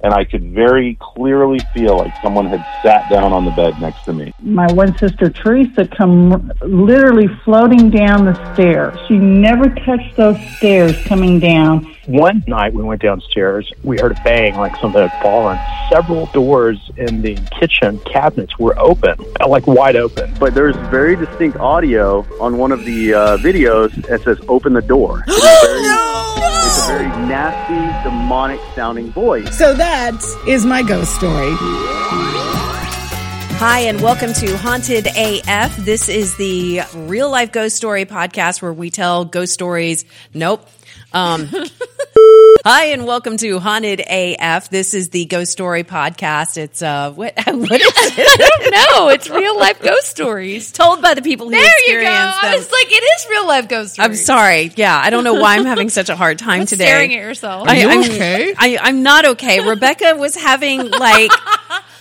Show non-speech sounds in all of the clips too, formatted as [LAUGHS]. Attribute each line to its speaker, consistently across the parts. Speaker 1: and I could very clearly feel like someone had sat down on the bed next to me.
Speaker 2: My one sister Teresa come literally floating down the stairs. She never touched those stairs coming down.
Speaker 3: One night we went downstairs, we heard a bang like something had fallen. Several doors in the kitchen cabinets were open, uh, like wide open.
Speaker 4: But there's very distinct audio on one of the uh, videos that says "open the door."
Speaker 5: [GASPS]
Speaker 4: It's a very, it's a
Speaker 6: [GASPS]
Speaker 4: very nasty, demonic sounding voice.
Speaker 7: So that is my ghost story.
Speaker 8: Hi, and welcome to Haunted AF. This is the real life ghost story podcast where we tell ghost stories. Nope. Um, [LAUGHS] hi, and welcome to Haunted AF. This is the ghost story podcast. It's, uh, what, [LAUGHS] what is it?
Speaker 9: no, it's real life ghost stories.
Speaker 8: Told by the people who
Speaker 9: There you go.
Speaker 8: experience
Speaker 9: I
Speaker 8: them.
Speaker 9: was like, it is real life ghost stories.
Speaker 8: I'm sorry. Yeah, I don't know why I'm having such a hard time
Speaker 9: Quit
Speaker 8: today.
Speaker 9: Staring at yourself.
Speaker 8: I,
Speaker 7: you
Speaker 8: I'm,
Speaker 7: okay?
Speaker 8: I, I'm not okay. Rebecca was having like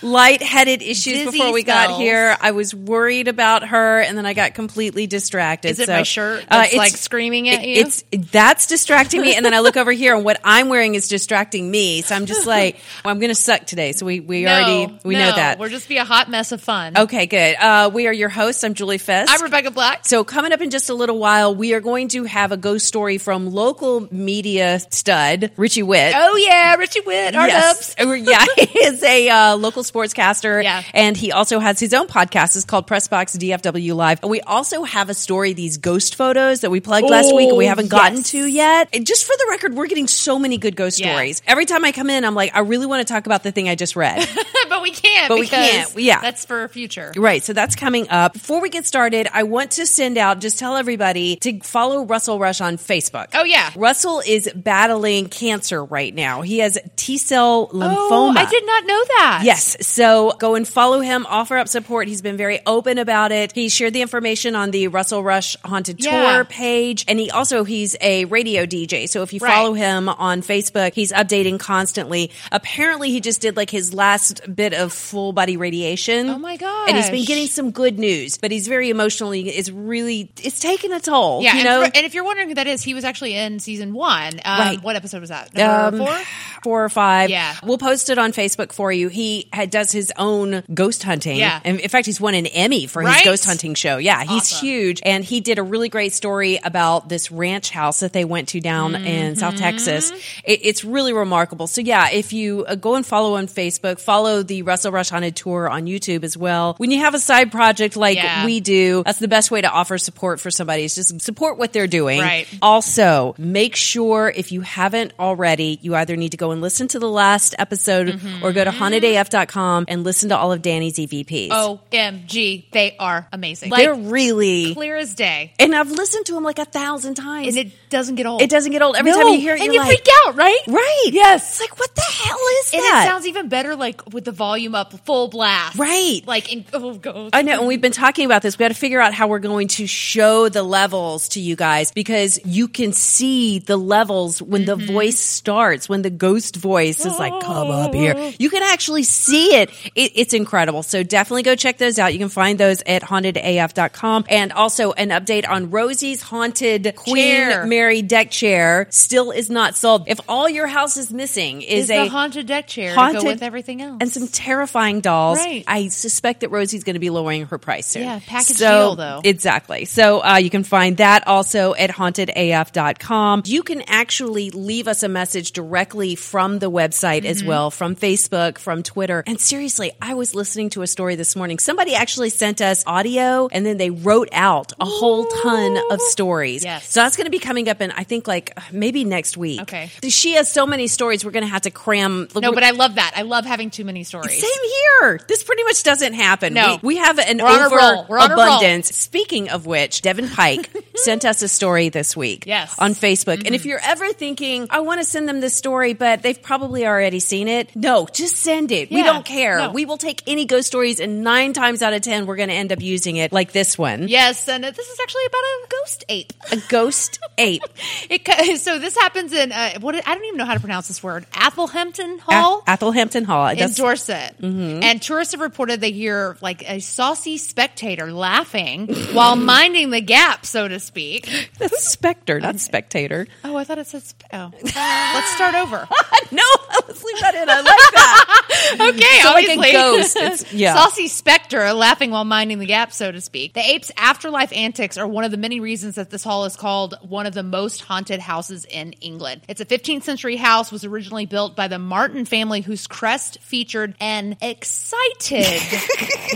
Speaker 8: lightheaded issues
Speaker 9: Dizzy
Speaker 8: before we got
Speaker 9: spells.
Speaker 8: here. I was worried about her, and then I got completely distracted.
Speaker 9: Is it
Speaker 8: So,
Speaker 9: my shirt
Speaker 8: uh,
Speaker 9: that's
Speaker 8: it's-
Speaker 9: like screaming at you?
Speaker 8: It's that's distracting me, and then I look over here, and what I'm wearing is distracting me. So I'm just
Speaker 9: [LAUGHS]
Speaker 8: like, well, I'm going to suck today. So we we already we know
Speaker 9: no,
Speaker 8: that.
Speaker 9: We'll just be a hot mess of fun.
Speaker 8: okay, good. Uh, we are your hosts. I'm Julie Fest.
Speaker 9: I'm Rebecca Black.
Speaker 8: So coming up in just a little while, we are going to have a ghost story from local media stud Richie Witt.
Speaker 9: oh yeah, Richie Witt, our
Speaker 8: Yes.
Speaker 9: ups.
Speaker 8: Uh, Yeah, [LAUGHS] he is a uh, local sportscaster.
Speaker 9: Yeah.
Speaker 8: And he also has his own podcast. It's called Pressbox DFW Live. And we also have a story, these ghost photos that we plugged last week and we
Speaker 9: Oh,
Speaker 8: haven't gotten
Speaker 9: yes.
Speaker 8: to yet. And just for the record, we're getting so many good ghost
Speaker 9: Yeah.
Speaker 8: stories. Every time I come in, I'm like, I really want to talk about the thing I just
Speaker 9: [LAUGHS]
Speaker 8: read.
Speaker 9: [LAUGHS] but we can't.
Speaker 8: But we
Speaker 9: because
Speaker 8: can't. Yeah.
Speaker 9: that's for future.
Speaker 8: Right. So that's coming up. Before we get started, I want to send out, just tell everybody to follow Russell Rush on Facebook.
Speaker 9: Oh, yeah.
Speaker 8: Russell is battling cancer right now. He has T cell lymphoma.
Speaker 9: Oh, I did not know that.
Speaker 8: Yes. So go and follow him, offer up support. He's been very open about it. He shared the information on the Russell Rush Haunted
Speaker 9: Yeah.
Speaker 8: Tour page. And he also, he's a radio DJ. So if you
Speaker 9: Right.
Speaker 8: follow him on Facebook, he's updating constantly. Apparently, he just did like his last bit of full body radiation.
Speaker 9: Oh my gosh.
Speaker 8: And he's been getting some good news, but he's very emotionally, it's really, it's taking a toll.
Speaker 9: Yeah,
Speaker 8: You
Speaker 9: and,
Speaker 8: know?
Speaker 9: for- and if you're wondering who that is, he was actually in season one. Um,
Speaker 8: Right.
Speaker 9: What episode was that? Number
Speaker 8: Um,
Speaker 9: four?
Speaker 8: four or five.
Speaker 9: Yeah.
Speaker 8: We'll post it on Facebook for you. He had, does his own ghost hunting.
Speaker 9: Yeah.
Speaker 8: And in fact, he's won an Emmy for his
Speaker 9: Right?
Speaker 8: ghost hunting show. Yeah. He's
Speaker 9: Awesome.
Speaker 8: huge. And he did a really great story about this ranch house that they went to down
Speaker 9: Mm-hmm.
Speaker 8: in South Texas. It, it's really remarkable. So yeah, if you uh, go and follow on Facebook, follow the Russell Rush Haunted Tour on YouTube as well. When you have a side project like
Speaker 9: Yeah.
Speaker 8: we do, that's the best way to offer support for somebody is just support what they're doing.
Speaker 9: Right.
Speaker 8: Also, make sure if you haven't already, you either need to go and listen to the last episode or go to
Speaker 9: Mm-hmm.
Speaker 8: hauntedaf.com and listen to all of Danny's EVPs.
Speaker 9: OMG, they are amazing.
Speaker 8: they're
Speaker 9: Oh, like,
Speaker 8: really.
Speaker 9: clear as day.
Speaker 8: And I've listened to them like a thousand times.
Speaker 9: And it doesn't get old.
Speaker 8: It doesn't get old. Every time
Speaker 9: No,
Speaker 8: you hear it,
Speaker 9: and
Speaker 8: you're
Speaker 9: you
Speaker 8: like,
Speaker 9: freak out, right?
Speaker 8: Right.
Speaker 9: Yes.
Speaker 8: It's like, what the hell is
Speaker 9: And
Speaker 8: that?
Speaker 9: it sounds even better, like with the volume up, full blast,
Speaker 8: Right.
Speaker 9: Like, in, oh, go.
Speaker 8: I know, and we've been talking about this. We got to figure out how we're going to show the levels to you guys because you can see the levels when the
Speaker 9: Mm-hmm.
Speaker 8: voice starts, when the ghost voice is like, come up here. You can actually see it. it. It's incredible. So definitely go check those out. You can find those at hauntedaf.com. And also an update on Rosie's Haunted Queen
Speaker 9: Chair.
Speaker 8: Mary deck chair still is not sold. If all your house is missing is,
Speaker 9: is
Speaker 8: a
Speaker 9: the haunted deck chair to
Speaker 8: haunted-
Speaker 9: go with everything else.
Speaker 8: and some terrifying dolls.
Speaker 9: Right.
Speaker 8: I suspect that Rosie's going to be lowering her price soon.
Speaker 9: Yeah, package deal, though.
Speaker 8: Exactly. So uh, you can find that also at hauntedaf.com. You can actually leave us a message directly from the website
Speaker 9: Mm-hmm.
Speaker 8: as well, from Facebook, from Twitter. And seriously, I was listening to a story this morning. Somebody actually sent us audio and then they wrote out a whole ton of stories.
Speaker 9: Yes.
Speaker 8: So that's going to be coming up in, I think, like maybe next week.
Speaker 9: Okay.
Speaker 8: She has so many stories, we're going to have to cram.
Speaker 9: no, but I love that. I love having too many stories.
Speaker 8: Same here. This pretty much doesn't happen.
Speaker 9: No.
Speaker 8: We, we have an
Speaker 9: We're on a roll. We're on a roll.
Speaker 8: overabundance. Speaking of which, Devin Pike
Speaker 9: [LAUGHS]
Speaker 8: sent us a story this week.
Speaker 9: Yes. Mm-hmm.
Speaker 8: On Facebook. And if you're ever thinking, I want to send them this story, but they've probably already seen it, no, just send it. We
Speaker 9: Yeah.
Speaker 8: don't care.
Speaker 9: No.
Speaker 8: We will take any ghost stories, and nine times out of ten, we're going to end up using it like this one.
Speaker 9: Yes, and this is actually about a ghost ape. [LAUGHS]
Speaker 8: A ghost ape.
Speaker 9: It, co- so this happens in uh, what I don't even know how to pronounce this word. Athelhampton Hall. [LAUGHS] Hall.
Speaker 8: Athelhampton Hall.
Speaker 9: in
Speaker 8: That's- Mm-hmm.
Speaker 9: Dorset. And tourists have reported they hear like a saucy spectator laughing while minding the gap, so
Speaker 8: [GASPS]
Speaker 9: to speak.
Speaker 8: [LAUGHS] That's specter, not spectator.
Speaker 9: Oh, I thought it said. Sp- oh, let's
Speaker 8: [LAUGHS]
Speaker 9: start over.
Speaker 8: No, let's leave that in. I like that.
Speaker 9: Okay,
Speaker 8: So like a
Speaker 9: obviously. [LAUGHS]
Speaker 8: ghost. It's- yeah.
Speaker 9: Saucy specter laughing while minding the gap, so to speak. The ape's afterlife antics are one of the many reasons that this hall is called one of the most haunted houses in England. It's a 15th century house was originally built by the Martin family whose crest featured an
Speaker 8: [LAUGHS]
Speaker 9: excited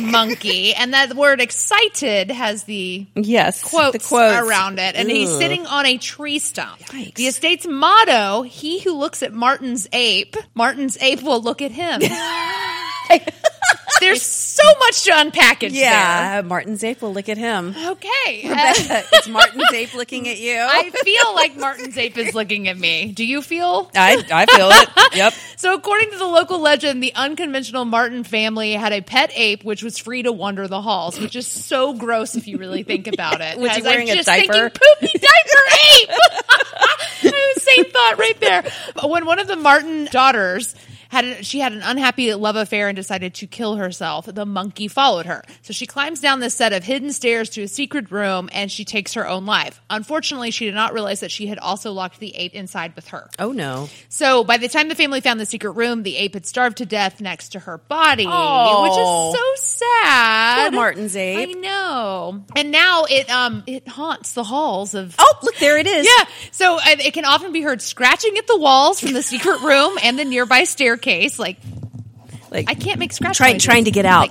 Speaker 9: monkey and that word excited has the
Speaker 8: [LAUGHS] yes,
Speaker 9: quotes,
Speaker 8: the quotes
Speaker 9: around it, and he's
Speaker 8: Ugh.
Speaker 9: sitting on a tree stump. The estate's motto: "He who looks at Martin's ape, Martin's ape will look
Speaker 8: [LAUGHS]
Speaker 9: at him." There's so much to unpackage
Speaker 8: Yeah, Martin Zape will look at [LAUGHS] him.
Speaker 9: there. Okay. Uh,
Speaker 8: it's Martin Zape looking at you. [LAUGHS]
Speaker 9: [LAUGHS] I feel like Martin's ape is looking at me. Do you feel?
Speaker 8: I, I feel [LAUGHS] it. Yep.
Speaker 9: So, according to the local legend, the unconventional Martin family had a pet ape which was free to wander the halls, which is so gross if you really think about
Speaker 8: [LAUGHS]
Speaker 9: it.
Speaker 8: Was he
Speaker 9: As
Speaker 8: wearing a
Speaker 9: I'm just
Speaker 8: diaper?
Speaker 9: Thinking, Poopy diaper ape. [LAUGHS] Same thought right there. But When one of the Martin daughters had an, she had an unhappy love affair and decided to kill herself, the monkey followed her. So she climbs down this set of hidden stairs to a secret room and she takes her own life. Unfortunately, she did not realize that she had also locked the ape inside with her.
Speaker 8: Oh no.
Speaker 9: So by the time the family found the secret room, the ape had starved to death next to her body,
Speaker 8: Oh.
Speaker 9: which is so sad.
Speaker 8: Poor Martin's ape.
Speaker 9: I know. And now it um it haunts the halls of
Speaker 8: Oh, look, there it is.
Speaker 9: yeah. So uh, it can often be heard scratching at the walls from the secret room and the nearby staircase. Like
Speaker 8: Like
Speaker 9: I can't make scratch.
Speaker 8: trying
Speaker 9: noises.
Speaker 8: trying to get out.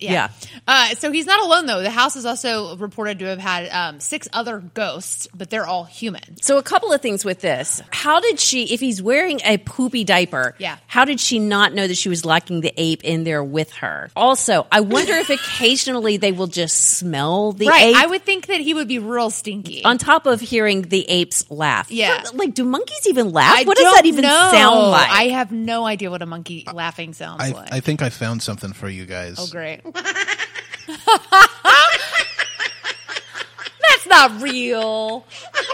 Speaker 8: yeah.
Speaker 9: Uh, so he's not alone though. The house is also reported to have had um, six other ghosts, but they're all human.
Speaker 8: So a couple of things with this. How did she if he's wearing a poopy diaper,
Speaker 9: Yeah.
Speaker 8: how did she not know that she was locking the ape in there with her? Also, I wonder if occasionally they will just smell the
Speaker 9: right.
Speaker 8: ape.
Speaker 9: I would think that he would be real stinky.
Speaker 8: on top of hearing the apes laugh.
Speaker 9: Yeah.
Speaker 8: But, like, do monkeys even laugh?
Speaker 9: I
Speaker 8: what does
Speaker 9: don't
Speaker 8: that even
Speaker 9: know.
Speaker 8: sound like?
Speaker 9: I have no idea what a monkey laughing sounds
Speaker 10: I,
Speaker 9: like.
Speaker 10: I think I found something for you guys.
Speaker 9: oh,
Speaker 8: [LAUGHS]
Speaker 9: great. That's
Speaker 8: [LAUGHS]
Speaker 9: not real. what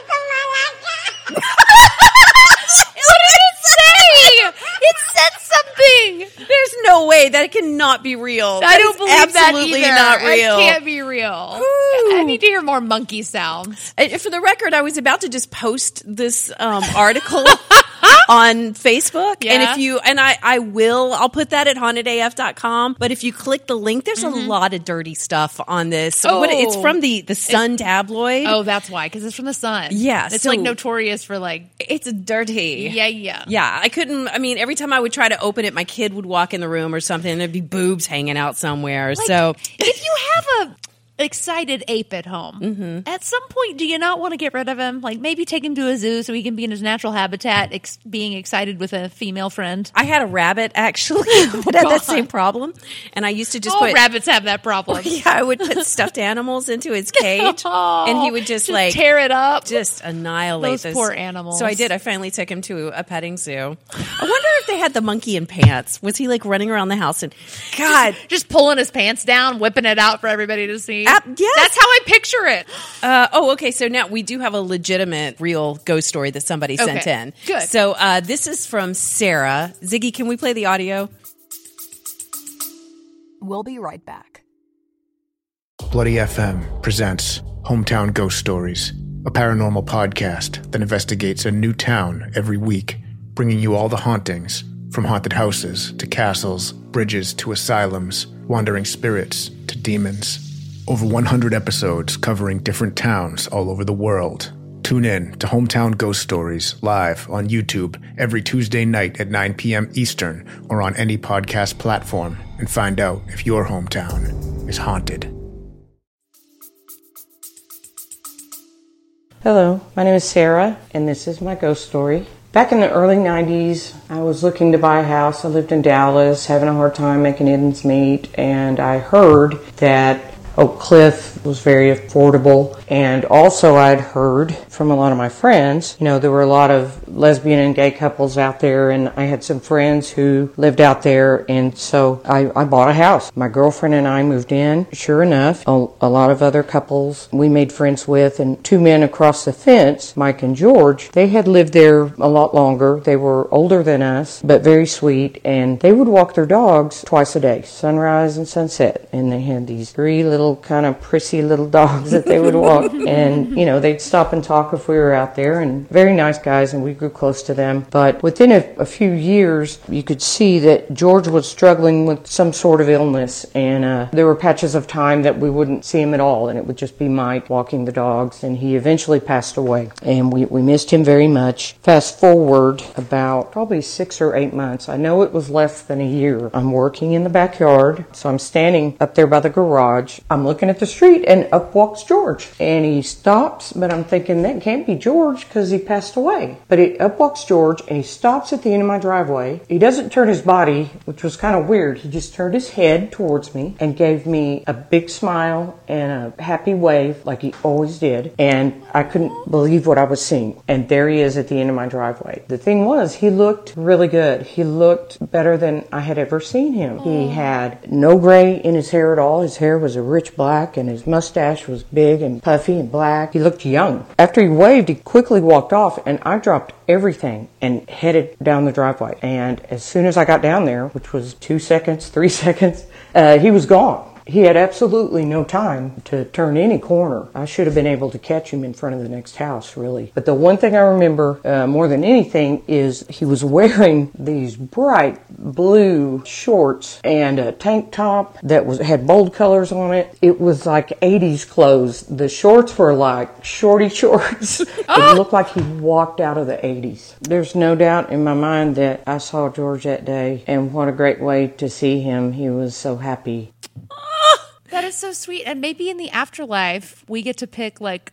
Speaker 9: did it say? It said something.
Speaker 8: There's no way that it cannot be real.
Speaker 9: I
Speaker 8: That
Speaker 9: don't
Speaker 8: is
Speaker 9: believe
Speaker 8: absolutely
Speaker 9: that either.
Speaker 8: not real.
Speaker 9: It can't be real. I need to hear more monkey sounds.
Speaker 8: [LAUGHS] And for the record, I was about to just post this um, [LAUGHS] article on Facebook. And
Speaker 9: Yeah.
Speaker 8: if you, and I, I will, I'll put that at hauntedaf.com. But if you click the link, there's a lot of dirty stuff on this. What- it's
Speaker 9: Mm-hmm. Oh.
Speaker 8: from the, the Sun tabloid.
Speaker 9: Oh, that's why, because it's from the sun.
Speaker 8: Yeah,
Speaker 9: it's
Speaker 8: so-
Speaker 9: like notorious for like,
Speaker 8: It's dirty.
Speaker 9: yeah, yeah,
Speaker 8: Yeah, I couldn't. I mean, every time I would try to open it, my kid would walk in the room or something, and there'd be boobs hanging out somewhere. so
Speaker 9: if you have a excited ape at home,
Speaker 8: Mm-hmm.
Speaker 9: at some point, do you not want to get rid of him? Like maybe take him to a zoo so he can be in his natural habitat, ex- being excited with a female friend.
Speaker 8: I had a rabbit actually [LAUGHS] that had that same problem, and I used to just
Speaker 9: All
Speaker 8: put
Speaker 9: rabbits have that problem.
Speaker 8: [LAUGHS] yeah, I would put
Speaker 9: [LAUGHS]
Speaker 8: stuffed animals into his cage, and he would just,
Speaker 9: Oh, Just
Speaker 8: like
Speaker 9: tear it up.
Speaker 8: just annihilate
Speaker 9: Those
Speaker 8: this-
Speaker 9: poor animals.
Speaker 8: So I did. I finally took him to a petting zoo. I wonder if they had the monkey in pants. Was he like running around the house and God?
Speaker 9: just pulling his pants down, whipping it out for everybody to see.
Speaker 8: Ap- yes.
Speaker 9: That's how I picture it.
Speaker 8: Uh, oh, okay. So now we do have a legitimate, real ghost story that somebody sent
Speaker 9: Okay,
Speaker 8: in.
Speaker 9: good.
Speaker 8: So uh, this is from Sarah. Ziggy, can we play the audio?
Speaker 5: We'll be right back.
Speaker 11: Bloody FM presents Hometown Ghost Stories, a paranormal podcast that investigates a new town every week, bringing you all the hauntings from haunted houses to castles, bridges to asylums, wandering spirits to demons. Over 100 episodes covering different towns all over the world. Tune in to Hometown Ghost Stories live on YouTube every Tuesday night at 9 p.m. Eastern or on any podcast platform and find out if your hometown is haunted.
Speaker 12: Hello, my name is Sarah, and this is my ghost story. Back in the early 90s, I was looking to buy a house. I lived in Dallas, having a hard time making ends meet, and I heard that Oak Cliff was very affordable. And also, I'd heard from a lot of my friends, you know, there were a lot of lesbian and gay couples out there, and I had some friends who lived out there. And so I, I bought a house. My girlfriend and I moved in. Sure enough, a, a lot of other couples we made friends with, and two men across the fence, Mike and George, they had lived there a lot longer. They were older than us, but very sweet, and they would walk their dogs twice a day, sunrise and sunset. And they had these three little kind of prissy little dogs that they would walk. and, you know, they'd stop and talk if we were out there, and very nice guys, and we grew close to them. But within a, a few years, you could see that George was struggling with some sort of illness, and uh, there were patches of time that we wouldn't see him at all, and it would just be Mike walking the dogs, and he eventually passed away. And we, we missed him very much. Fast forward about probably six or eight months. I know it was less than a year. I'm working in the backyard, so I'm standing up there by the garage. I'm looking at the street, and up walks George. And he stops, but I'm thinking that can't be George because he passed away. But it, up walks George, and he stops at the end of my driveway. He doesn't turn his body, which was kind of weird. He just turned his head towards me and gave me a big smile and a happy wave, like he always did. And I couldn't believe what I was seeing. And there he is at the end of my driveway. The thing was, he looked really good. He looked better than I had ever seen him. He had no gray in his hair at all. His hair was a rich black, and his mustache was big and puffy and black. He looked young. After he waved, he quickly walked off, and I dropped everything and headed down the driveway. And as soon as I got down there, which was two seconds, three [LAUGHS] seconds, uh, he was gone. He had absolutely no time to turn any corner. I should have been able to catch him in front of the next house, really. But the one thing I remember uh, more than anything is he was [LAUGHS] wearing these bright blue shorts and a tank top that was had bold colors on it. It was like 80s clothes. The shorts were like shorty [LAUGHS] shorts. it looked like he walked out of the 80s. There's no doubt in my mind that I saw George that day, and what a great way to see him. He was so happy.
Speaker 9: That is so sweet. And maybe in the afterlife, we get to pick like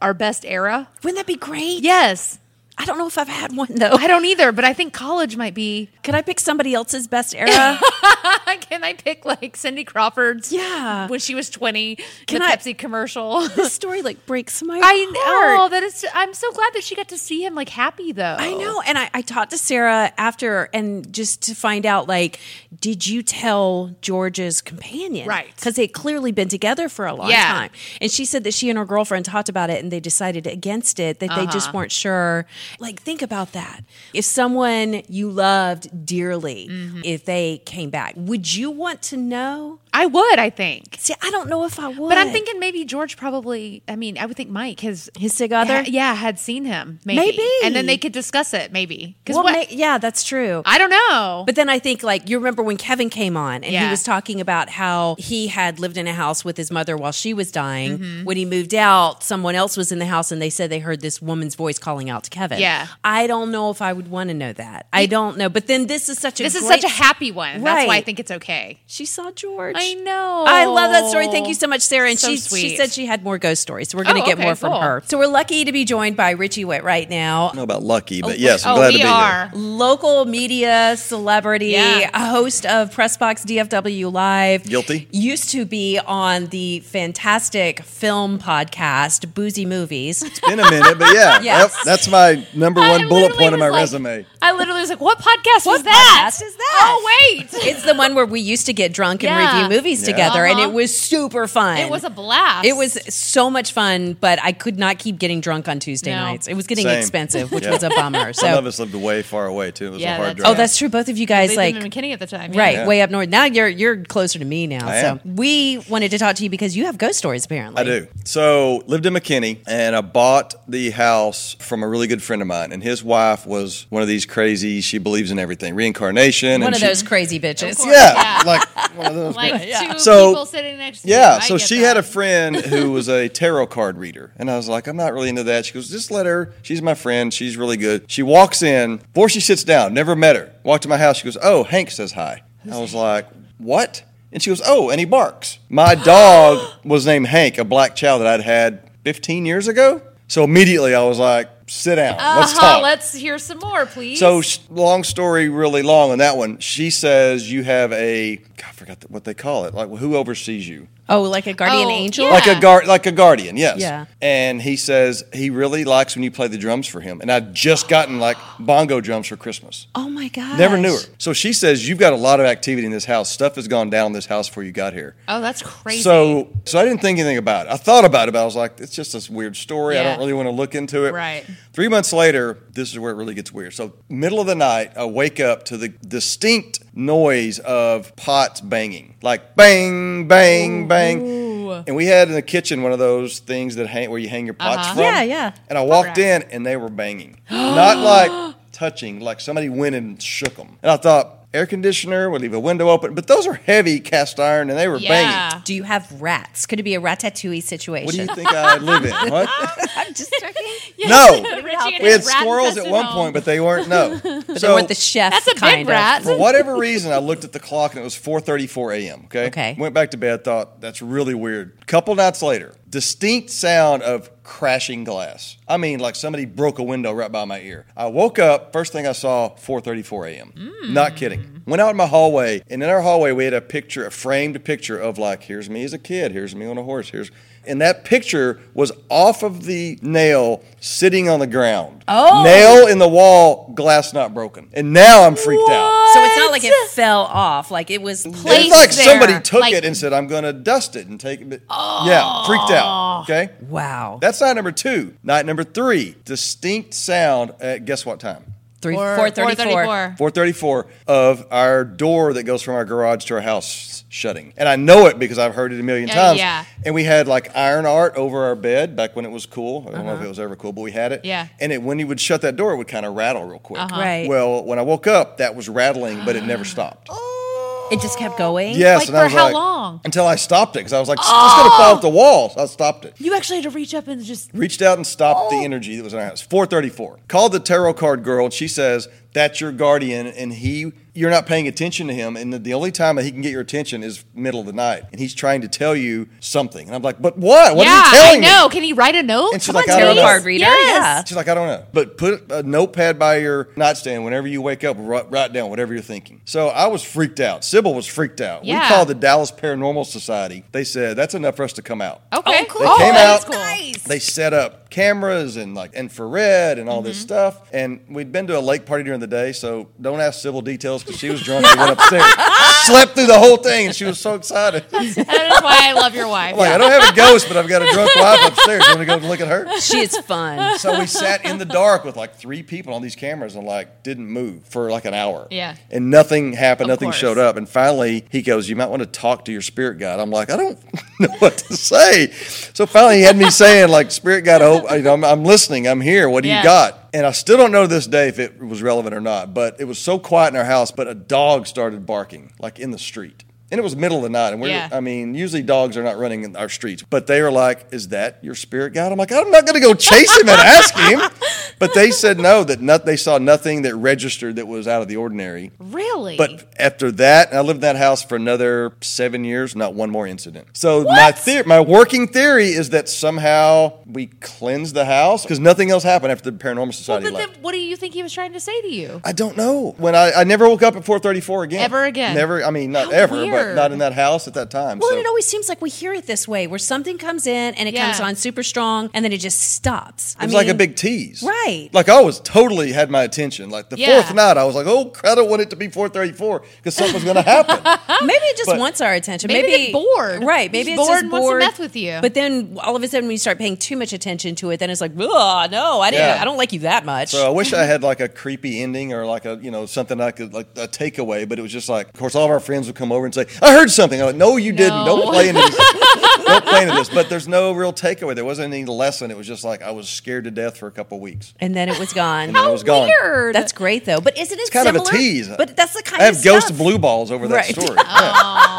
Speaker 9: our best era.
Speaker 8: Wouldn't that be great?
Speaker 9: Yes.
Speaker 8: I don't know if I've had one though.
Speaker 9: I don't either, but I think college might be.
Speaker 8: Could I pick somebody else's best era?
Speaker 9: [LAUGHS] Can I pick like Cindy Crawford's?
Speaker 8: Yeah.
Speaker 9: When she was 20,
Speaker 8: Can
Speaker 9: the
Speaker 8: I-
Speaker 9: Pepsi commercial. [LAUGHS]
Speaker 8: this story like breaks my
Speaker 9: I know.
Speaker 8: heart.
Speaker 9: That Oh. is, I'm so glad that she got to see him like happy though.
Speaker 8: I know. And I, I talked to Sarah after and just to find out, like, did you tell George's companion?
Speaker 9: Right.
Speaker 8: Because they'd clearly been together for a long
Speaker 9: Yeah.
Speaker 8: time. And she said that she and her girlfriend talked about it and they decided against it, that they
Speaker 9: Uh-huh.
Speaker 8: just weren't sure. Like, think about that. If someone you loved dearly,
Speaker 9: Mm-hmm.
Speaker 8: if they came back, would you want to know?
Speaker 9: I would, I think.
Speaker 8: See, I don't know if I would.
Speaker 9: But I'm thinking maybe George probably, I mean, I would think Mike, his,
Speaker 8: his sig other?
Speaker 9: yeah, yeah, had seen him. Maybe.
Speaker 8: Maybe.
Speaker 9: And then they could discuss it, maybe. Because
Speaker 8: Well,
Speaker 9: what?
Speaker 8: may- yeah, that's true.
Speaker 9: I don't know.
Speaker 8: But then I think, like, you remember when Kevin came on and he
Speaker 9: Yeah.
Speaker 8: was talking about how he had lived in a house with his mother while she was dying.
Speaker 9: Mm-hmm.
Speaker 8: When he moved out, someone else was in the house and they said they heard this woman's voice calling out to Kevin.
Speaker 9: Yeah.
Speaker 8: I don't know if I would want to know that. I don't know. But then this is such a
Speaker 9: this is
Speaker 8: great-
Speaker 9: such a happy one. That's why I
Speaker 8: Right.
Speaker 9: think it's okay.
Speaker 8: She saw George.
Speaker 9: I know.
Speaker 8: I love that story. Thank you so much, Sarah. And
Speaker 9: So
Speaker 8: she she
Speaker 9: sweet.
Speaker 8: said she had more ghost stories, so we're going to
Speaker 9: Oh,
Speaker 8: get
Speaker 9: okay,
Speaker 8: more from
Speaker 9: cool.
Speaker 8: her. So we're lucky to be joined by Richie Witt right
Speaker 5: I
Speaker 8: now.
Speaker 5: don't know about lucky, but yes, I'm
Speaker 9: oh,
Speaker 5: glad
Speaker 9: we
Speaker 5: to be
Speaker 9: are.
Speaker 5: here.
Speaker 8: local media celebrity,
Speaker 9: Yeah.
Speaker 8: a host of Pressbox DFW Live.
Speaker 5: Guilty.
Speaker 8: Used to be on the fantastic film podcast, Boozy Movies.
Speaker 5: It's been a minute, but yeah,
Speaker 8: [LAUGHS] Yes.
Speaker 5: yep, that's my number
Speaker 9: I
Speaker 5: one bullet
Speaker 9: literally
Speaker 5: point on my
Speaker 9: was like-
Speaker 5: resume.
Speaker 9: I literally was like, what podcast was that?
Speaker 8: podcast is that?
Speaker 9: Oh, wait.
Speaker 8: It's the one where we used to get drunk and
Speaker 9: Yeah.
Speaker 8: review movies
Speaker 5: Yeah.
Speaker 8: together, and
Speaker 9: Uh-huh.
Speaker 8: it was super fun.
Speaker 9: [LAUGHS] It was a blast.
Speaker 8: It was so much fun, but I could not keep getting drunk on Tuesday
Speaker 9: No.
Speaker 8: nights. It was getting
Speaker 5: Same.
Speaker 8: expensive, which
Speaker 5: Yeah.
Speaker 8: was a bummer.
Speaker 5: Some of
Speaker 8: So,
Speaker 5: us lived way far away too. It was
Speaker 9: Yeah,
Speaker 5: a hard
Speaker 9: that's-
Speaker 5: drive.
Speaker 8: oh, that's true. Both of you guys
Speaker 9: They
Speaker 8: like
Speaker 9: lived in McKinney at the time. yeah.
Speaker 8: Right,
Speaker 5: Yeah.
Speaker 8: way up north. Now you're you're closer to me now.
Speaker 5: I
Speaker 8: so
Speaker 5: am.
Speaker 8: we wanted to talk to you because you have ghost stories apparently.
Speaker 5: I do. So lived in McKinney, and I bought the house from a really good friend of mine, and his wife was one of these crazy. She believes in everything, reincarnation.
Speaker 8: One
Speaker 5: and
Speaker 8: of
Speaker 5: she-
Speaker 8: those crazy bitches.
Speaker 5: Yeah, [LAUGHS] like one of those.
Speaker 9: Like two
Speaker 5: So-
Speaker 9: people sitting next to you.
Speaker 5: Yeah,
Speaker 9: I
Speaker 5: so
Speaker 9: get
Speaker 5: she
Speaker 9: that.
Speaker 5: had a friend who was a tarot card reader, and I was like, I'm not really into that. She goes, just let her. She's my friend. She's really good. She walks in before she sits down. Never met her. Walked to my house. She goes, oh, Hank says hi. I was like, what? And she goes, oh, and he barks. My dog was named Hank, a black chow that I'd had 15 years ago. So immediately I was like, sit down. Let's
Speaker 9: Uh-huh,
Speaker 5: talk.
Speaker 9: let's hear some more, please.
Speaker 5: So, sh- long story really long on that one. She says you have a, God, I forgot what they call it, like who oversees you.
Speaker 8: Oh, like a guardian angel?
Speaker 12: Like a guard, like a guardian, yes.
Speaker 8: Yeah.
Speaker 12: And he says he really likes when you play the drums for him. And I've just gotten like bongo drums for Christmas.
Speaker 8: Oh my god.
Speaker 12: Never knew her. So she says you've got a lot of activity in this house. Stuff has gone down in this house before you got here.
Speaker 9: Oh, that's crazy.
Speaker 12: So, so I didn't think anything about it. I thought about it, but I was like, it's just this weird story. I
Speaker 9: Yeah.
Speaker 12: don't really want to look into it.
Speaker 9: Right.
Speaker 12: Three months later, this is where it really gets weird. So, middle of the night, I wake up to the distinct noise of pots banging, like bang, bang, bang. And we had in the kitchen one of those things that hang where you hang your pots
Speaker 8: Uh-huh.
Speaker 12: from.
Speaker 8: Yeah, yeah.
Speaker 12: And I walked in, and they were banging, not
Speaker 8: [GASPS]
Speaker 12: like touching, like somebody went and shook them. And I thought. Air conditioner, we leave a window open, but those are heavy cast iron and they were banging.
Speaker 8: Do you have rats? Could it be a ratatouille
Speaker 5: [LAUGHS]
Speaker 8: situation?
Speaker 12: What do you think I live in? What?
Speaker 8: I'm just joking.
Speaker 12: No. We had squirrels at one point, but they weren't. No.
Speaker 8: [LAUGHS] But they weren't the chef. That's a kind of.
Speaker 12: For whatever reason, I looked at the clock and it was 4:34 a.m. Okay. Okay. Went back to bed. Thought that's really weird. Couple nights later, distinct sound of crashing glass. I mean, like somebody broke a window right by my ear. I woke up. First thing I saw, 4:34 a.m.
Speaker 8: Mm.
Speaker 12: Not kidding. Went out in my hallway, and in our hallway we had a picture, a framed picture of like, here's me as a kid, here's me on a horse, here's. And that picture was off of the nail sitting on the ground.
Speaker 8: Oh.
Speaker 12: Nail in the wall, glass not broken. And now I'm freaked out.
Speaker 8: So it's not like it fell off. Like it was placed
Speaker 12: It's like
Speaker 8: there.
Speaker 12: somebody took it and said, I'm going to dust it and take it. Yeah, freaked out. Okay.
Speaker 8: Wow.
Speaker 12: That's night number two. Night number three, distinct sound at guess what time?
Speaker 8: Three,
Speaker 9: Or
Speaker 8: 434.
Speaker 9: 434.
Speaker 12: 434 of our door that goes from our garage to our house shutting. And I know it because I've heard it a million
Speaker 9: Yeah,
Speaker 12: times.
Speaker 9: yeah.
Speaker 12: And we had like iron art over our bed back when it was cool. I don't know if
Speaker 9: Uh-huh.
Speaker 12: it was ever cool, but we had it.
Speaker 9: Yeah.
Speaker 12: And it, when you would shut that door, it would kind of rattle real quick.
Speaker 9: Uh-huh. Right.
Speaker 12: Well, when I woke up, that was rattling, but it
Speaker 9: [GASPS]
Speaker 12: never stopped.
Speaker 8: It just kept going.
Speaker 12: Yes.
Speaker 9: like
Speaker 12: and I
Speaker 9: for
Speaker 12: was
Speaker 9: how
Speaker 12: like-
Speaker 9: long?
Speaker 12: Until I stopped it because I was like, it's going to fall off the wall. So I stopped it.
Speaker 9: You actually had to reach up and just.
Speaker 12: Reached out and stopped the energy that was in our house. 434. Called the tarot card girl and she says, That's your guardian and he you're not paying attention to him. And the, the only time that he can get your attention is middle of the night. And he's trying to tell you something. And I'm like, But what? What
Speaker 9: yeah,
Speaker 12: are you telling
Speaker 9: I
Speaker 12: me?
Speaker 9: know. Can you write a note?
Speaker 12: And she's
Speaker 9: Come
Speaker 12: like,
Speaker 9: on,
Speaker 12: I don't
Speaker 9: Terry.
Speaker 12: know.
Speaker 8: Card reader, yeah.
Speaker 12: She's like, I don't know. But put a notepad by your nightstand whenever you wake up, write, write down whatever you're thinking. So I was freaked out. Sybil was freaked out.
Speaker 9: Yeah.
Speaker 12: We called the Dallas Paranormal Society. They said, that's enough for us to come out.
Speaker 8: Oh,
Speaker 9: Okay,
Speaker 12: They
Speaker 9: cool.
Speaker 12: came
Speaker 9: That's
Speaker 12: out.
Speaker 9: cool.
Speaker 12: They set up cameras and like infrared and all this stuff. And we'd been to a lake party during the day, so don't ask Sybil details because she was drunk and went upstairs. Slept through the whole thing and she was so excited.
Speaker 9: That is why I love your wife.
Speaker 12: I'm like, I don't have a ghost, but I've got a drunk wife upstairs. I'm gonna go look at her.
Speaker 8: She is
Speaker 9: [LAUGHS]
Speaker 8: fun.
Speaker 12: So we sat in the dark with like three people on these cameras and like didn't move for like an hour.
Speaker 9: Yeah.
Speaker 12: And nothing happened,
Speaker 9: Of
Speaker 12: nothing
Speaker 9: course.
Speaker 12: showed up. And finally he goes, You might want to talk to your spirit guide. I'm like, I don't [LAUGHS] know what to say. So finally he had me saying, like, spirit guide, I hope you know, I'm, I'm listening, I'm here. What do
Speaker 9: Yeah.
Speaker 12: you got? And I still don't know to this day if it was relevant or not, but it was so quiet in our house, but a dog started barking, like in the street. And it was middle of the night, and we're,
Speaker 9: Yeah.
Speaker 12: I mean, usually dogs are not running in our streets, but they were like, Is that your spirit guide? I'm like, I'm not going to go chase him and ask him.
Speaker 8: [LAUGHS]
Speaker 12: But they said no, that not, they saw nothing that registered that was out of the ordinary.
Speaker 9: Really?
Speaker 12: But after that, and I lived in that house for another seven years, not one more incident. So my theory, my working theory is that somehow we cleansed the house because nothing else happened after the Paranormal Society
Speaker 9: But
Speaker 12: left.
Speaker 9: then, what do you think he was trying to say to you?
Speaker 12: I don't know. When I, I never woke up at 4:34 again.
Speaker 9: Ever again.
Speaker 12: Never. I mean, not ever, but
Speaker 9: weird.
Speaker 12: not in that house at that time.
Speaker 8: Well,
Speaker 12: so.
Speaker 8: and it always seems like we hear it this way, where something comes in and it
Speaker 9: Yeah.
Speaker 8: comes on super strong, and then it just stops.
Speaker 12: It was like a big tease.
Speaker 8: right?
Speaker 12: Like I was totally had my attention. Like the
Speaker 8: Yeah.
Speaker 12: fourth night, I was like, "Oh, crud, I don't want it to be 4:34 because something's going to happen."
Speaker 8: maybe it just
Speaker 12: But-
Speaker 8: wants our attention.
Speaker 9: Maybe
Speaker 8: Maybe,
Speaker 9: they're bored.
Speaker 8: right? Maybe
Speaker 9: He's
Speaker 8: it's
Speaker 9: bored
Speaker 8: just
Speaker 9: and
Speaker 8: bored.
Speaker 9: wants to mess with you.
Speaker 8: But then all of a sudden, when you start paying too much attention to it, then it's like, oh no, I didn't.
Speaker 12: Yeah.
Speaker 8: I don't like you that much.
Speaker 12: so I wish I had like a creepy ending or like a you know something I could like a takeaway. But it was just like, of course, all of our friends would come over and say, "I heard something." I'm like, "No, you didn't.
Speaker 9: No.
Speaker 12: Don't play into this.
Speaker 8: [LAUGHS]
Speaker 12: don't play into this." But there's no real takeaway. There wasn't any lesson. It was just like I was scared to death for a couple weeks.
Speaker 8: and then it was gone.
Speaker 12: And then it was gone.
Speaker 8: weird. That's great though. But isn't it
Speaker 12: Kind
Speaker 8: similar?
Speaker 12: of a tease.
Speaker 8: But that's the kind
Speaker 12: I have
Speaker 8: of
Speaker 12: ghost
Speaker 8: stuff.
Speaker 12: blue balls over that
Speaker 8: Right. [LAUGHS]
Speaker 12: story. Yeah.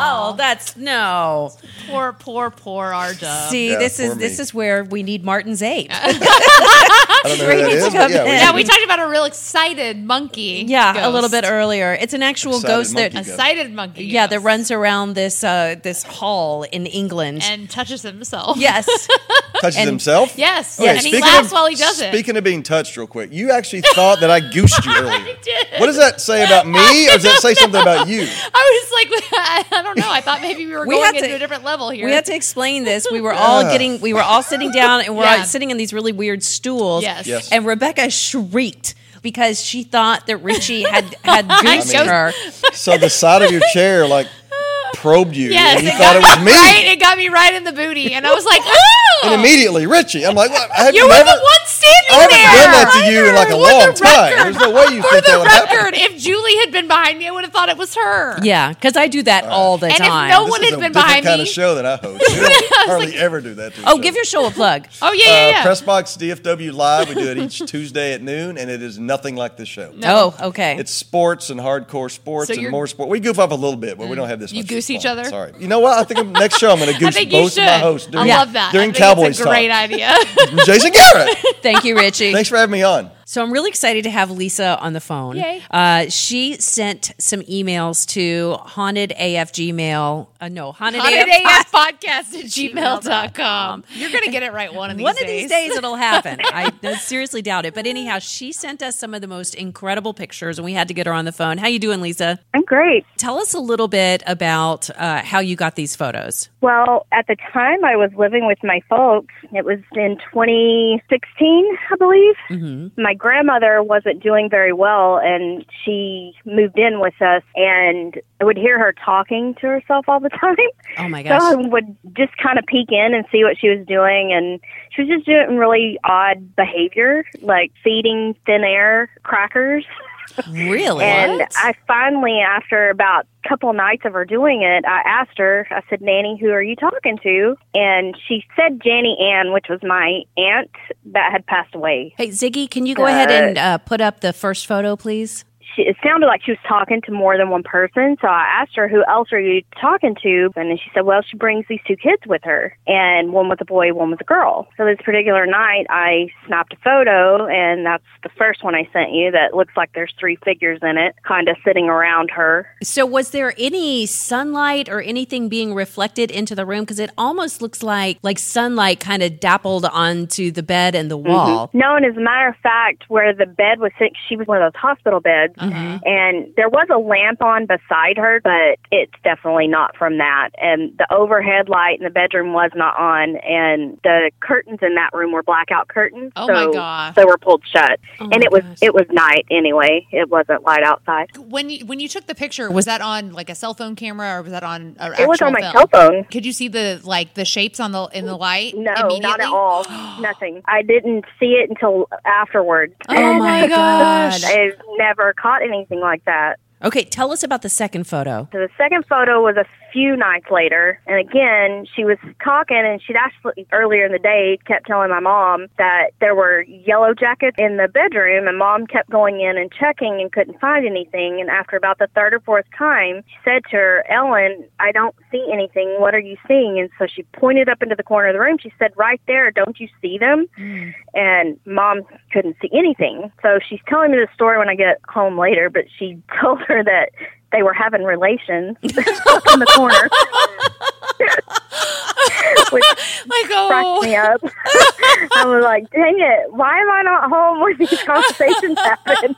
Speaker 8: Oh, that's no.
Speaker 9: Poor, poor, poor our dove.
Speaker 8: See,
Speaker 12: Uh, Yeah,
Speaker 8: this is
Speaker 12: poor me.
Speaker 8: this is where we need Martin's
Speaker 9: [LAUGHS]
Speaker 8: ape.
Speaker 12: I don't know who that
Speaker 8: Ready to
Speaker 12: is. but
Speaker 8: come
Speaker 12: yeah, we
Speaker 8: in.
Speaker 12: did.
Speaker 9: Yeah, we talked about a real excited monkey.
Speaker 8: [LAUGHS] yeah, a
Speaker 9: ghost.
Speaker 8: little bit earlier. It's an actual
Speaker 12: Excited
Speaker 8: ghost that
Speaker 12: monkey
Speaker 9: A sighted monkey.
Speaker 8: yeah that
Speaker 9: ghost.
Speaker 8: runs around this uh, this hall in England.
Speaker 9: and touches himself.
Speaker 8: yes.
Speaker 12: touches
Speaker 8: And-
Speaker 12: himself.
Speaker 9: [LAUGHS] Yes.
Speaker 12: Okay,
Speaker 9: and he
Speaker 12: speaking
Speaker 9: laughs
Speaker 12: of-
Speaker 9: while he does it.
Speaker 12: Speaking of being touched, real quick, you actually
Speaker 9: [LAUGHS]
Speaker 12: thought that I goosed you earlier.
Speaker 9: did. [LAUGHS]
Speaker 12: What does that say about me, or does that say something about you?
Speaker 9: I was like, like [LAUGHS] I don't know. I thought maybe we were
Speaker 8: We
Speaker 9: going
Speaker 8: had
Speaker 9: into
Speaker 8: to-
Speaker 9: a different level here.
Speaker 8: We had to explain this. We were all
Speaker 9: Yeah.
Speaker 8: getting, we were all sitting down and we're
Speaker 9: Yeah.
Speaker 8: all sitting in these really weird stools.
Speaker 9: Yes. Yes.
Speaker 8: And Rebecca shrieked because she thought that Richie had
Speaker 9: [LAUGHS]
Speaker 8: had
Speaker 5: I
Speaker 8: goosed
Speaker 5: mean-
Speaker 8: her.
Speaker 5: So the side of your chair like probed you,
Speaker 9: Yes,
Speaker 5: and you
Speaker 9: it
Speaker 5: thought
Speaker 9: got
Speaker 5: it was me.
Speaker 9: Right, it got me right in the booty, and I was like, "Oh,
Speaker 5: [LAUGHS] And immediately, Richie, I'm like, what? I have
Speaker 9: you were
Speaker 5: never,
Speaker 9: the one standing
Speaker 5: I haven't
Speaker 9: there."
Speaker 5: done that to you in like a
Speaker 9: For
Speaker 5: long
Speaker 9: the
Speaker 5: time.
Speaker 9: record-
Speaker 5: There's no way you
Speaker 9: for
Speaker 5: think
Speaker 9: the
Speaker 5: that would happen.
Speaker 9: record, if Julie had been behind me, I would have thought it was her.
Speaker 8: Yeah, because I do that all the
Speaker 9: And if
Speaker 8: time.
Speaker 9: no one had been behind
Speaker 5: kind
Speaker 9: me,
Speaker 5: of show that I host. You don't hardly ever do that. To
Speaker 8: oh, give your show a plug.
Speaker 9: [LAUGHS] Oh yeah,
Speaker 5: uh,
Speaker 9: yeah, yeah.
Speaker 5: Pressbox DFW Live. We do it each Tuesday at noon, and it is nothing like this show.
Speaker 8: No. Oh, okay.
Speaker 5: It's sports and hardcore sports
Speaker 9: So
Speaker 5: and
Speaker 9: you're-
Speaker 5: more sport. We goof up a little bit, but we don't have this.
Speaker 9: you
Speaker 5: much
Speaker 9: goose each
Speaker 5: fun.
Speaker 9: other?
Speaker 5: Sorry. You know what? I think I'm- next show I'm going to
Speaker 9: [LAUGHS] I
Speaker 5: goose
Speaker 9: think you
Speaker 5: both
Speaker 9: should.
Speaker 5: of my hosts.
Speaker 9: I
Speaker 5: During,
Speaker 9: love that.
Speaker 5: During
Speaker 9: I think
Speaker 5: Cowboys
Speaker 9: it's a great
Speaker 5: time.
Speaker 9: [LAUGHS] idea.
Speaker 5: Jason Garrett.
Speaker 8: Thank you,
Speaker 5: [LAUGHS]
Speaker 8: Richie.
Speaker 5: Thanks for having me on.
Speaker 8: So I'm really excited to have Lisa on the phone.
Speaker 9: Yay.
Speaker 8: Uh, she sent some emails to haunted hauntedafgmail. Uh, no, haunted,
Speaker 9: Haunted
Speaker 8: AF
Speaker 9: AF podcast at gmail.com. You're going to get it right one of these
Speaker 8: One
Speaker 9: days.
Speaker 8: of these days it'll happen. I I seriously doubt it. But anyhow, she sent us some of the most incredible pictures, and we had to get her on the phone. How you doing, Lisa?
Speaker 6: I'm great.
Speaker 8: Tell us a little bit about uh, how you got these photos.
Speaker 6: Well, at the time I was living with my folks, it was in 2016, I believe.
Speaker 8: Mm-hmm.
Speaker 6: My grandmother wasn't doing very well, and she moved in with us, and I would hear her talking to herself all the [LAUGHS] time.
Speaker 8: Oh my
Speaker 6: So I
Speaker 8: gosh!
Speaker 6: would just kind of peek in and see what she was doing, and she was just doing really odd behavior, like feeding thin air crackers.
Speaker 8: Really?
Speaker 6: And I finally, after about a couple nights of her doing it, I asked her, I said, Nanny, who are you talking to? And she said Janny Ann, which was my aunt that had passed away.
Speaker 8: Hey Ziggy, can you go ahead and uh, put up the first photo, please?
Speaker 6: She, it sounded like she was talking to more than one person. So I asked her, Who else are you talking to? And then she said, Well, she brings these two kids with her, and one with a boy, one with a girl. So this particular night, I snapped a photo, and that's the first one I sent you that looks like there's three figures in it, kind of sitting around her.
Speaker 8: So, was there any sunlight or anything being reflected into the room? Because it almost looks like like sunlight kind of dappled onto the bed and the wall.
Speaker 6: Mhm. No, and as a matter of fact, where the bed was, sit- she was one of those hospital beds,
Speaker 8: Mm-hmm.
Speaker 6: and there was a lamp on beside her, but it's definitely not from that. And the overhead light in the bedroom was not on, and the curtains in that room were blackout curtains.
Speaker 9: Oh, my
Speaker 6: so
Speaker 9: gosh.
Speaker 6: They were pulled shut,
Speaker 9: Oh,
Speaker 6: and
Speaker 9: my
Speaker 6: it was it was night anyway. It wasn't light outside.
Speaker 9: When you, when you took the picture, was that on like a cell phone camera or was that on a
Speaker 6: It was
Speaker 9: actual
Speaker 6: on my
Speaker 9: film?
Speaker 6: cell phone.
Speaker 9: Could you see the like the shapes on the in the light?
Speaker 6: No, not at all. [GASPS] Nothing. I didn't see it until afterward.
Speaker 8: Oh, my gosh.
Speaker 6: I've never caught anything like that.
Speaker 8: Okay, tell us about the second photo.
Speaker 6: So the second photo was a few nights later, and again, she was talking, and she'd actually earlier in the day kept telling my mom that there were yellow jackets in the bedroom, and mom kept going in and checking and couldn't find anything. And after about the third or fourth time, she said to her, Ellen, I don't see anything. What are you seeing? And so she pointed up into the corner of the room. She said, Right there, don't you see them? and mom [LAUGHS] couldn't see anything. So she's telling me the story when I get home later, but she [LAUGHS] told her that they were having relations up in the corner. Which
Speaker 9: like, [LAUGHS] oh.
Speaker 6: cracked me up. I was like, dang it, why am I not home when these conversations happen?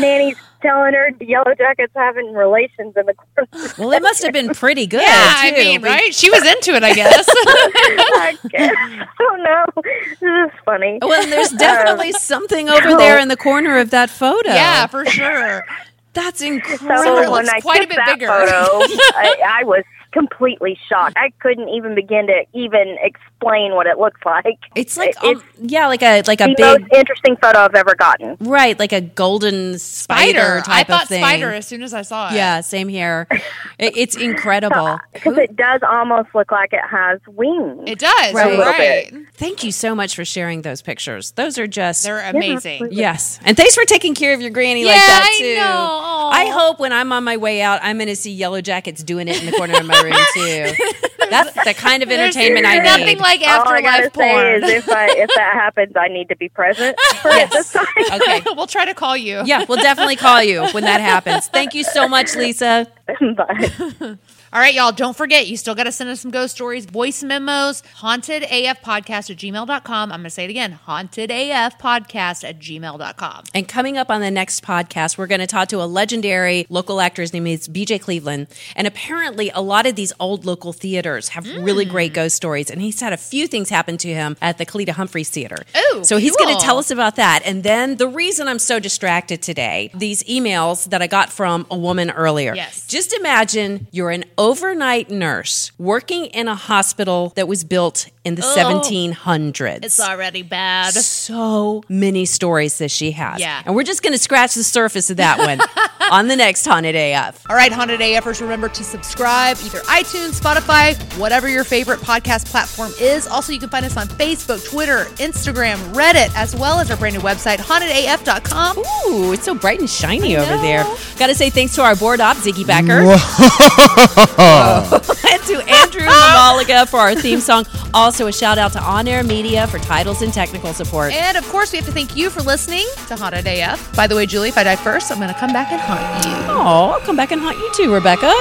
Speaker 6: Nanny's telling her yellow jackets having relations in the [LAUGHS] corner.
Speaker 8: Well, it must have been
Speaker 6: [LAUGHS]
Speaker 8: pretty good.
Speaker 9: Yeah, I
Speaker 8: too,
Speaker 9: mean,
Speaker 8: be-
Speaker 9: right? She was into it, I guess.
Speaker 6: I guess. I don't know. This is funny.
Speaker 8: Well,
Speaker 6: [LAUGHS]
Speaker 8: and there's
Speaker 6: Um,
Speaker 8: definitely something over there in the corner of that photo.
Speaker 9: [LAUGHS] yeah, for sure.
Speaker 8: that's
Speaker 6: So
Speaker 8: incredible.
Speaker 6: when I
Speaker 9: quite a
Speaker 6: took
Speaker 9: bit
Speaker 6: that
Speaker 9: bigger. [LAUGHS]
Speaker 6: photo, I, I was completely shocked. I couldn't even begin to even explain what it looks like.
Speaker 8: It's like
Speaker 6: It-
Speaker 8: um, yeah, like a like a
Speaker 6: the
Speaker 8: big
Speaker 6: most interesting photo I've ever gotten.
Speaker 8: right, like a golden spider,
Speaker 9: Spider.
Speaker 8: type
Speaker 9: I
Speaker 8: of
Speaker 9: thought
Speaker 8: thing.
Speaker 9: spider as soon as I saw it.
Speaker 8: Yeah, same here.
Speaker 6: [LAUGHS]
Speaker 8: It, it's incredible.
Speaker 6: Because it does almost look like it has wings.
Speaker 9: It
Speaker 8: Right.
Speaker 9: does. Right.
Speaker 8: A little
Speaker 9: right.
Speaker 8: Thank you so much for sharing those pictures. Those are just
Speaker 9: They're
Speaker 8: [LAUGHS]
Speaker 9: amazing.
Speaker 8: Yes. And thanks for taking care of your granny like
Speaker 9: Yeah,
Speaker 8: that
Speaker 9: I
Speaker 8: too.
Speaker 9: know.
Speaker 8: I hope when I'm on my way out, I'm going to see yellow jackets doing it in the corner of my
Speaker 9: [LAUGHS]
Speaker 8: room too. That's the kind of
Speaker 9: There's
Speaker 8: entertainment I need.
Speaker 9: nothing like
Speaker 6: All I gotta
Speaker 9: afterlife
Speaker 6: say
Speaker 9: porn.
Speaker 6: is, if I, if that happens, I need to be present. For it this time.
Speaker 8: okay.
Speaker 9: [LAUGHS] we'll try to call you.
Speaker 8: Yeah, we'll definitely call you when that happens. Thank you so much, Lisa.
Speaker 6: happen, but
Speaker 9: All right, y'all, don't forget, you still got to send us some ghost stories, voice memos, hauntedafpodcast at gmail.com. I'm going to say it again hauntedafpodcast at gmail.com.
Speaker 8: And coming up on the next podcast, we're going to talk to a legendary local actor. His name is BJ Cleveland. And apparently, a lot of these old local theaters have really
Speaker 9: Hmm.
Speaker 8: great ghost stories. And he's had a few things happen to him at the Kalita Humphreys Theater.
Speaker 9: Oh,
Speaker 8: so he's going
Speaker 9: cool.
Speaker 8: to tell us about that. And then the reason I'm so distracted today, these emails that I got from a woman earlier.
Speaker 9: Yes.
Speaker 8: Just imagine you're an overnight nurse working in a hospital that was built in the
Speaker 9: Oh.
Speaker 8: 1700s
Speaker 9: It's already bad.
Speaker 8: so many stories that she has.
Speaker 9: Yeah.
Speaker 8: And we're just going to scratch the surface of that one on the next Haunted AF.
Speaker 9: All right, Haunted AFers, remember to subscribe either iTunes, Spotify, whatever your favorite podcast platform is. Also, you can find us on Facebook, Twitter, Instagram, Reddit, as well as our brand new website, hauntedaf.com.
Speaker 8: Ooh, it's so bright and shiny over there. Got to say thanks to our board op, Ziggy Becker, [LAUGHS] and to Andrew Mamaliga for our theme song. Also, a shout out to On Air Media for titles and technical support.
Speaker 9: And of course, we have to thank you for listening to Haunted AF. By the way, Julie, if I die first, I'm going to come back and haunt you.
Speaker 8: Oh, I'll come back and haunt you too, Rebecca.